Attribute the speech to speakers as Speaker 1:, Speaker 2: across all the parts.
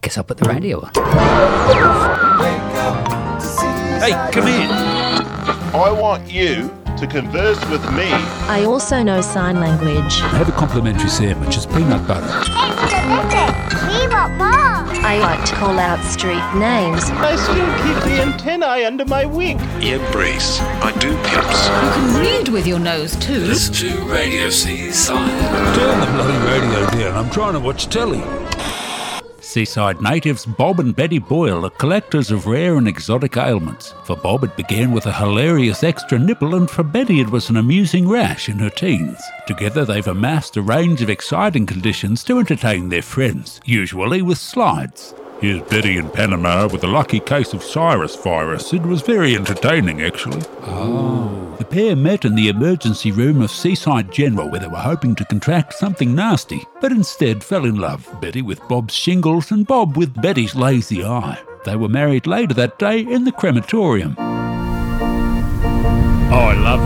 Speaker 1: guess I'll put the radio on.
Speaker 2: Hey, come here.
Speaker 3: I want you to converse with me.
Speaker 4: I also know sign language.
Speaker 2: Have a complimentary sandwich. It's peanut butter.
Speaker 5: We want more.
Speaker 4: I like to call out street names.
Speaker 3: I still keep the antennae under my wing.
Speaker 6: Embrace. I do pips.
Speaker 7: You can read with your nose too.
Speaker 6: Listen to Radio Seaside.
Speaker 2: Turn the bloody radio down. I'm trying to watch telly. Seaside natives Bob and Betty Boyle are collectors of rare and exotic ailments. For Bob, it began with a hilarious extra nipple, and for Betty, it was an amusing rash in her teens. Together, they've amassed a range of exciting conditions to entertain their friends, usually with slides. Here's Betty in Panama with a lucky case of Cyrus virus. It was very entertaining, actually. The pair met in the emergency room of Seaside General where they were hoping to contract something nasty, but instead fell in love, Betty with Bob's shingles and Bob with Betty's lazy eye. They were married later that day in the crematorium. I love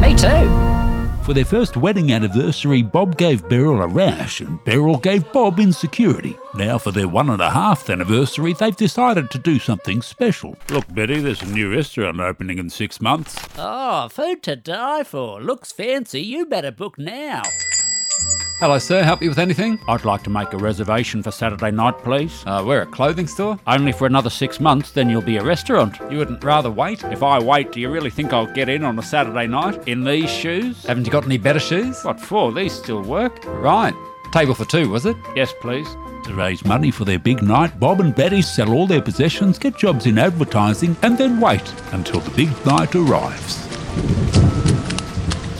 Speaker 7: Me too.
Speaker 2: you. For their first wedding anniversary, Bob gave Beryl a rash and Beryl gave Bob insecurity. Now, for their one and a half anniversary, they've decided to do something special. Look, Betty, there's a new restaurant opening in six months.
Speaker 1: Oh, food to die for. Looks fancy. You better book now.
Speaker 8: Hello, sir. Help you with anything?
Speaker 2: I'd like to make a reservation for Saturday night, please.
Speaker 8: Uh, we're a clothing store.
Speaker 2: Only for another six months, then you'll be a restaurant.
Speaker 8: You wouldn't rather wait?
Speaker 2: If I wait, do you really think I'll get in on a Saturday night in these shoes?
Speaker 8: Haven't you got any better shoes?
Speaker 2: What for? These still work?
Speaker 8: Right. Table for two, was it?
Speaker 2: Yes, please. To raise money for their big night, Bob and Betty sell all their possessions, get jobs in advertising, and then wait until the big night arrives.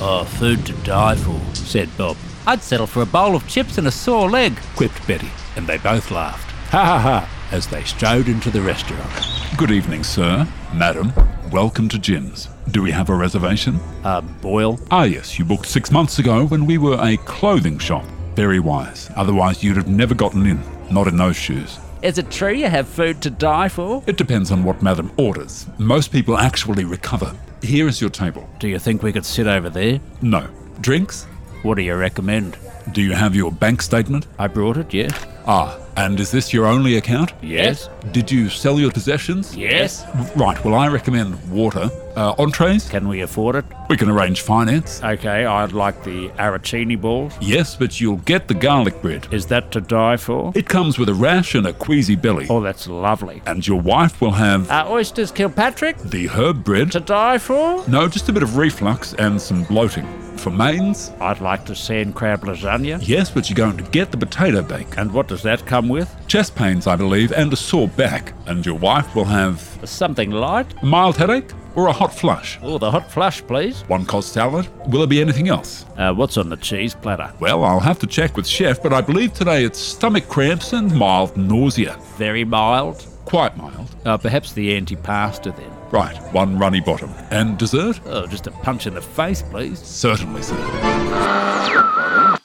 Speaker 1: Oh, food to die for, said Bob. I'd settle for a bowl of chips and a sore leg.
Speaker 2: quipped Betty, and they both laughed. Ha ha ha, as they strode into the restaurant. Good evening, sir, madam. Welcome to Jim's. Do we have a reservation?
Speaker 1: Uh, Boyle?
Speaker 2: Ah, yes, you booked six months ago when we were a clothing shop. Very wise, otherwise, you'd have never gotten in. Not in those shoes.
Speaker 1: Is it true you have food to die for?
Speaker 2: It depends on what madam orders. Most people actually recover. Here is your table.
Speaker 1: Do you think we could sit over there?
Speaker 2: No. Drinks?
Speaker 1: What do you recommend?
Speaker 2: Do you have your bank statement?
Speaker 1: I brought it, yeah.
Speaker 2: Ah, and is this your only account?
Speaker 1: Yes.
Speaker 2: Did you sell your possessions?
Speaker 1: Yes.
Speaker 2: Right, well, I recommend water. Uh, entrees?
Speaker 1: Can Ah. we afford it?
Speaker 2: We can arrange finance.
Speaker 1: Okay, I'd like the arancini balls.
Speaker 2: Yes, but you'll get the garlic bread.
Speaker 1: Is that to die for?
Speaker 2: It comes with a rash and a queasy belly.
Speaker 1: Oh, that's lovely.
Speaker 2: And your wife will have
Speaker 1: Are oysters Kilpatrick
Speaker 2: the herb bread.
Speaker 1: to die for?
Speaker 2: No, just a bit of reflux and some bloating. For mains?
Speaker 1: I'd like to sand crab lasagna.
Speaker 2: Yes, but you're going to get the potato bake.
Speaker 1: And what does that come with?
Speaker 2: Chest pains, I believe, and a sore back. And your wife will have
Speaker 1: Something light?
Speaker 2: a mild headache or a hot flush.
Speaker 1: Oh, the hot flush, please.
Speaker 2: One cost salad. Will there be anything else?
Speaker 1: Uh, what's on the cheese platter?
Speaker 2: Well, I'll have to check with chef, but I believe today it's stomach cramps and mild nausea.
Speaker 1: Very mild.
Speaker 2: Quite mild.
Speaker 1: Uh, perhaps the antipasta then.
Speaker 2: Right, one runny bottom. And dessert?
Speaker 1: Oh, just a punch in the face, please.
Speaker 2: Certainly, sir.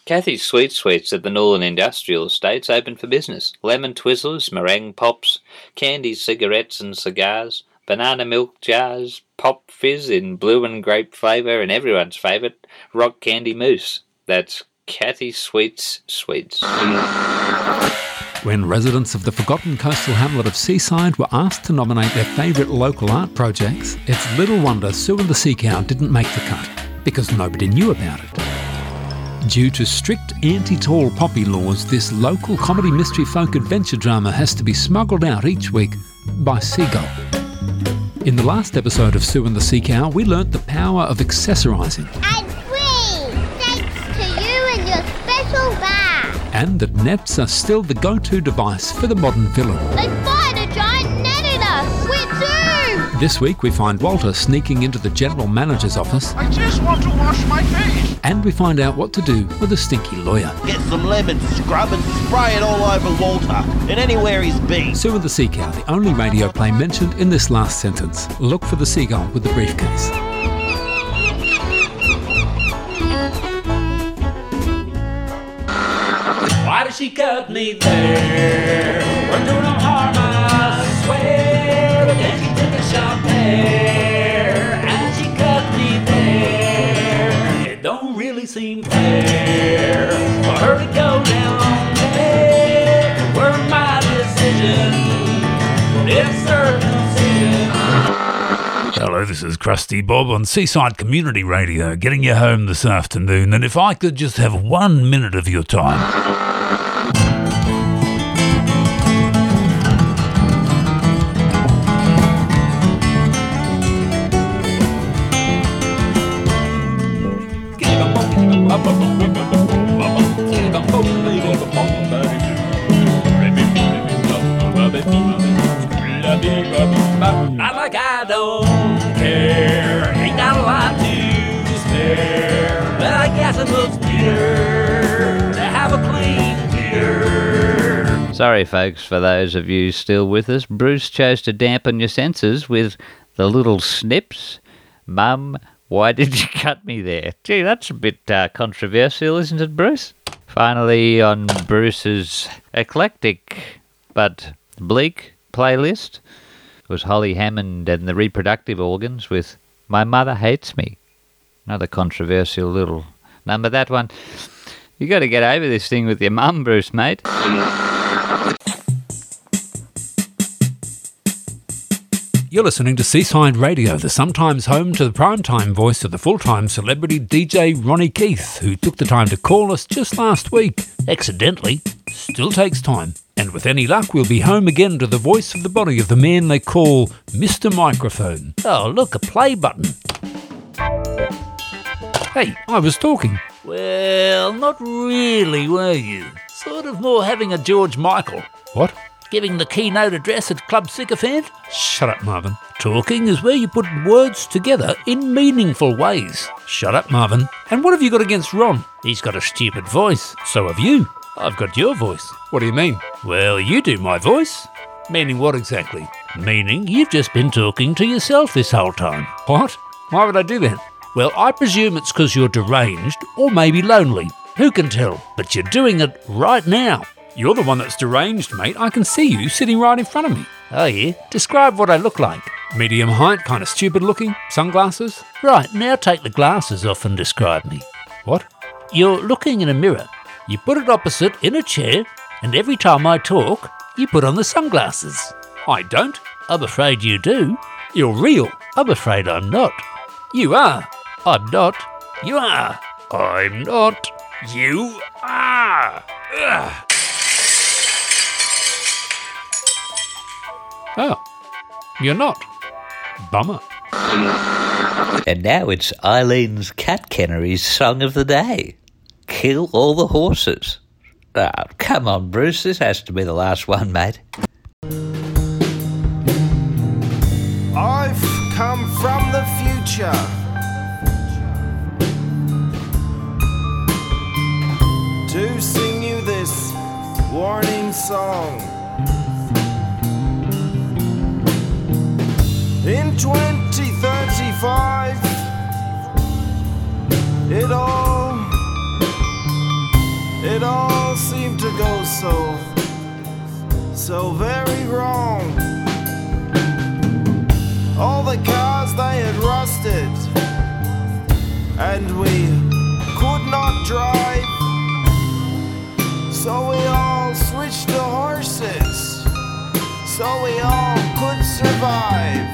Speaker 9: Kathy's Sweet Sweets at the Northern Industrial Estates open for business. Lemon Twizzlers, meringue pops, candy cigarettes and cigars, banana milk jars, pop fizz in blue and grape flavour, and everyone's favourite, rock candy mousse. That's Kathy Sweets Sweets.
Speaker 8: When residents of the forgotten coastal hamlet of Seaside were asked to nominate their favourite local art projects, it's little wonder Sue and the Sea Cow didn't make the cut because nobody knew about it. Due to strict anti tall poppy laws, this local comedy mystery folk adventure drama has to be smuggled out each week by Seagull. In the last episode of Sue and the Sea Cow, we learnt the power of accessorising.
Speaker 5: And we, thanks to you and your special bar.
Speaker 8: and that nets are still the go to device for the modern villain.
Speaker 5: They fired a giant net at us. We're doomed.
Speaker 8: This week we find Walter sneaking into the general manager's office
Speaker 10: I just want to wash my face.
Speaker 8: and we find out what to do with a stinky lawyer.
Speaker 10: Get some lemon scrub and spray it all over Walter and anywhere he's been.
Speaker 8: Sue and the Sea Cow, the only radio play mentioned in this last sentence. Look for the seagull with the briefcase.
Speaker 1: Why does she cut me there? We're doing no harm, I swear. But then she took a shot there, and she cut me there. It don't really seem fair for her to go down there.
Speaker 2: Hello, this is Krusty Bob on Seaside Community Radio, getting you home this afternoon. And if I could just have one minute of your time.
Speaker 1: I'm like, I don't care. Ain't got a lot to spare. But I guess it looks better to have a clean beer.
Speaker 9: Sorry, folks, for those of you still with us. Bruce chose to dampen your senses with the little snips. Mum, why did you cut me there? Gee, that's a bit uh, controversial, isn't it, Bruce? Finally, on Bruce's eclectic but bleak playlist was Holly Hammond and the Reproductive Organs with My Mother Hates Me. Another controversial little number, that one. You got to get over this thing with your mum, Bruce, mate.
Speaker 8: You're listening to Seaside Radio, the sometimes home to the primetime voice of the full time celebrity DJ Ronnie Keith, who took the time to call us just last week. Accidentally. Still takes time. And with any luck, we'll be home again to the voice of the body of the man they call Mr. Microphone. Oh, look, a play button. Hey, I was talking. Well, not really, were you? Sort of more having a George Michael. What? Giving the keynote address at Club Sycophant? Shut up, Marvin. Talking is where you put words together in meaningful ways. Shut up, Marvin. And what have you got against Ron? He's got a stupid voice. So have you. I've got your voice. What do you mean? Well, you do my voice. Meaning what exactly? Meaning you've just been talking to yourself this whole time. What? Why would I do that? Well, I presume it's because you're deranged or maybe lonely. Who can tell? But you're doing it right now. You're the one that's deranged, mate. I can see you sitting right in front of me. Oh, yeah? Describe what I look like. Medium height, kind of stupid looking, sunglasses. Right, now take the glasses off and describe me. What? You're looking in a mirror. You put it opposite in a chair, and every time I talk, you put on the sunglasses. I don't. I'm afraid you do. You're real. I'm afraid I'm not. You are. I'm not. You are. I'm not. You are. Ugh. Oh, you're not. Bummer.
Speaker 9: And now it's Eileen's Cat Kennery's song of the day Kill all the horses. Oh, come on, Bruce, this has to be the last one, mate.
Speaker 10: I've come from the future. To sing you this warning song. In 2035, it all, it all seemed to go so, so very wrong. All the cars they had rusted, and we could not drive. So we all switched to horses, so we all could survive.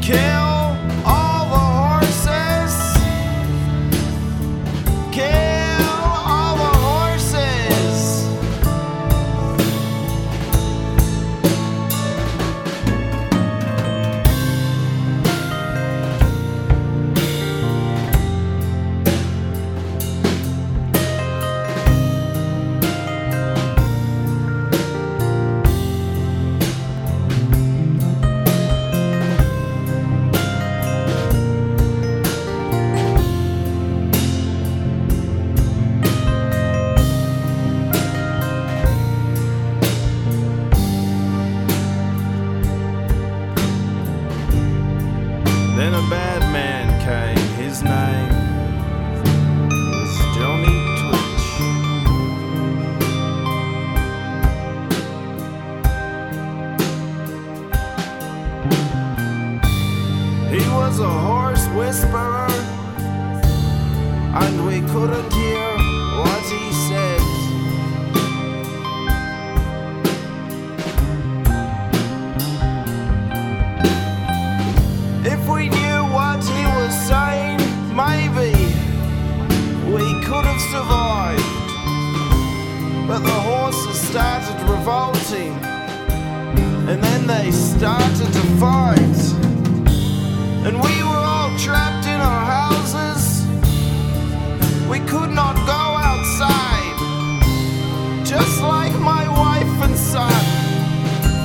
Speaker 10: Kill all the horses. Kill all the horses. was a hoarse whisperer, and we couldn't hear what he said. If we knew what he was saying, maybe we could have survived. But the horses started revolting, and then they started to fight. And we were all trapped in our houses. We could not go outside. Just like my wife and son,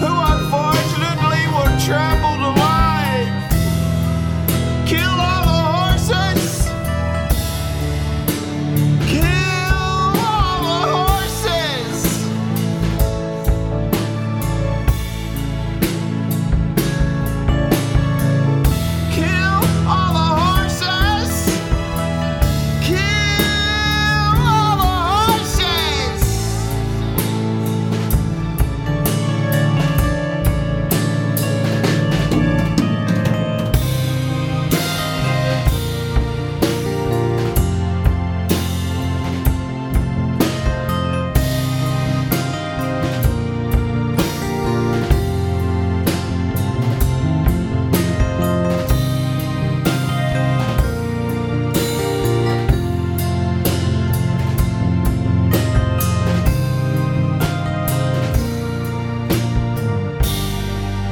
Speaker 10: who unfortunately were trampled alive. Kill all the horses! Kill all the horses! Kill all the horses! Kill all the horses!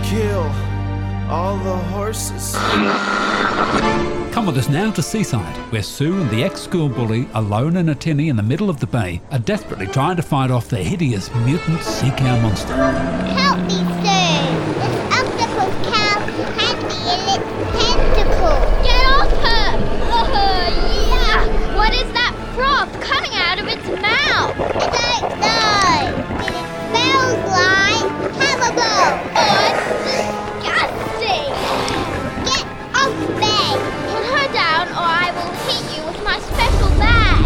Speaker 10: Kill all the horses.
Speaker 8: Come with us now to Seaside, where Sue and the ex school bully, alone in a tinny in the middle of the bay, are desperately trying to fight off the hideous mutant sea cow monster.
Speaker 5: Help me, Sue. This octopus cow had me in its tentacle. Get off her! Oh, yeah! What is that frog coming out of its mouth? I don't know. It smells like chemical. Oh, disgusting! Get off me! Put her down or I will hit you with my special bag.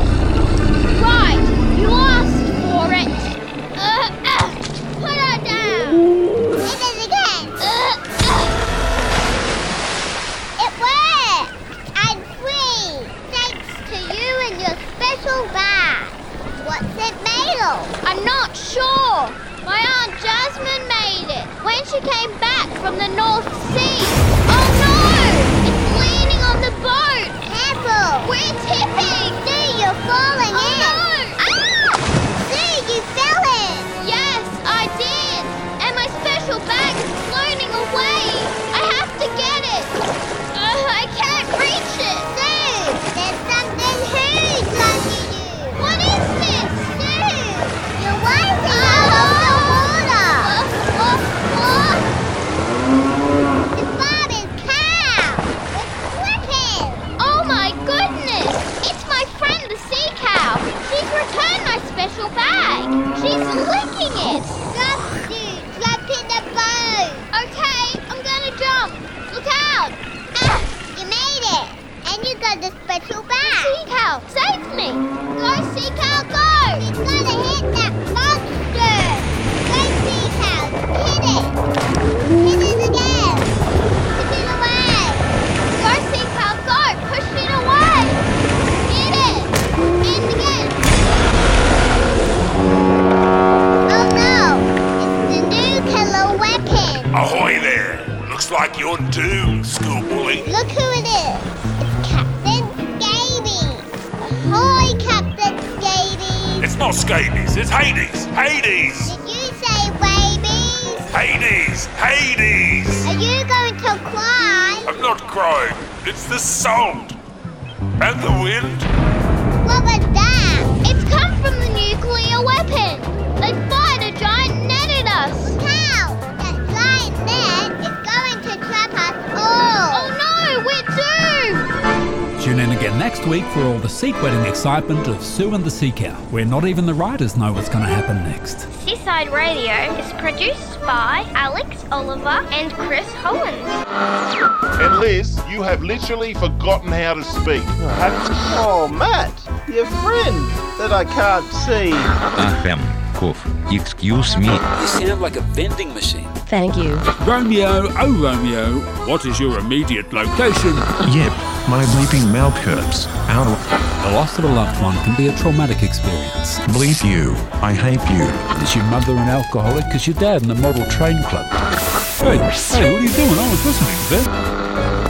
Speaker 5: Right, you asked for it. Uh, uh, put her down. It is again. Uh, uh. It worked. I'm free. Thanks to you and your special bag. What's it made of? I'm not sure. My aunt Jasmine made it when she came back from the North Sea. Oh no! It's leaning on the boat. Careful. We're tipping. See, you're falling oh, in. No. Ah! See, you fell in. Yes, I did. And my special bag is floating away. I have to get it. Uh, I can't reach it. Sue, there's something huge under you. What is this? Sue, you're rising out of the water. It's Bob's cow. It's crooked. Oh my goodness! It's my friend the sea cow. She's returned my special bag. She's licking it. Jump, dude. Jump in the boat. Okay, I'm gonna jump. Look out! Ah, you made it, and you got the special bag. sea cow, save me! Go, sea cow, go! You gotta hit that monster. Go, sea cow, hit it. Hit it again. Push it away. Go, sea cow, go! Push it away. Hit it. And again. Oh no! It's the new killer weapon.
Speaker 6: Ahoy there! Looks like you're doomed, school bully.
Speaker 5: Look who it is. It's Captain Scabies. Ahoy, Captain Scabies.
Speaker 6: It's not scabies, it's Hades! Hades!
Speaker 5: Did you say babies?
Speaker 6: Hades! Hades!
Speaker 5: Are you going to cry?
Speaker 6: I'm not crying, it's the salt! And the wind!
Speaker 5: What was that? It's come from the nuclear weapon. They fired a giant net at us. How? That giant net is going to trap us all. Oh no, we're doomed.
Speaker 8: Tune in again next week for all the seat wetting excitement of Sue and the Sea Cow, where not even the writers know what's going to happen next.
Speaker 11: Seaside Radio is produced by Alex Oliver and Chris Holland.
Speaker 3: And Liz, you have literally forgotten how to speak.
Speaker 10: Oh, Matt, your friend that I can't see.
Speaker 12: I am
Speaker 6: Chekhov. Excuse me.
Speaker 13: You sound like a vending machine.
Speaker 4: Thank you.
Speaker 14: Romeo, oh Romeo, what is your immediate location?
Speaker 6: Yep, my bleeping mouth hurts. Ow.
Speaker 2: The loss of a loved one can be a traumatic experience.
Speaker 6: Bleep you. I hate you.
Speaker 2: Is your mother an alcoholic? Is your dad in the model train club? Hey, hey, what are you doing? I was listening to that.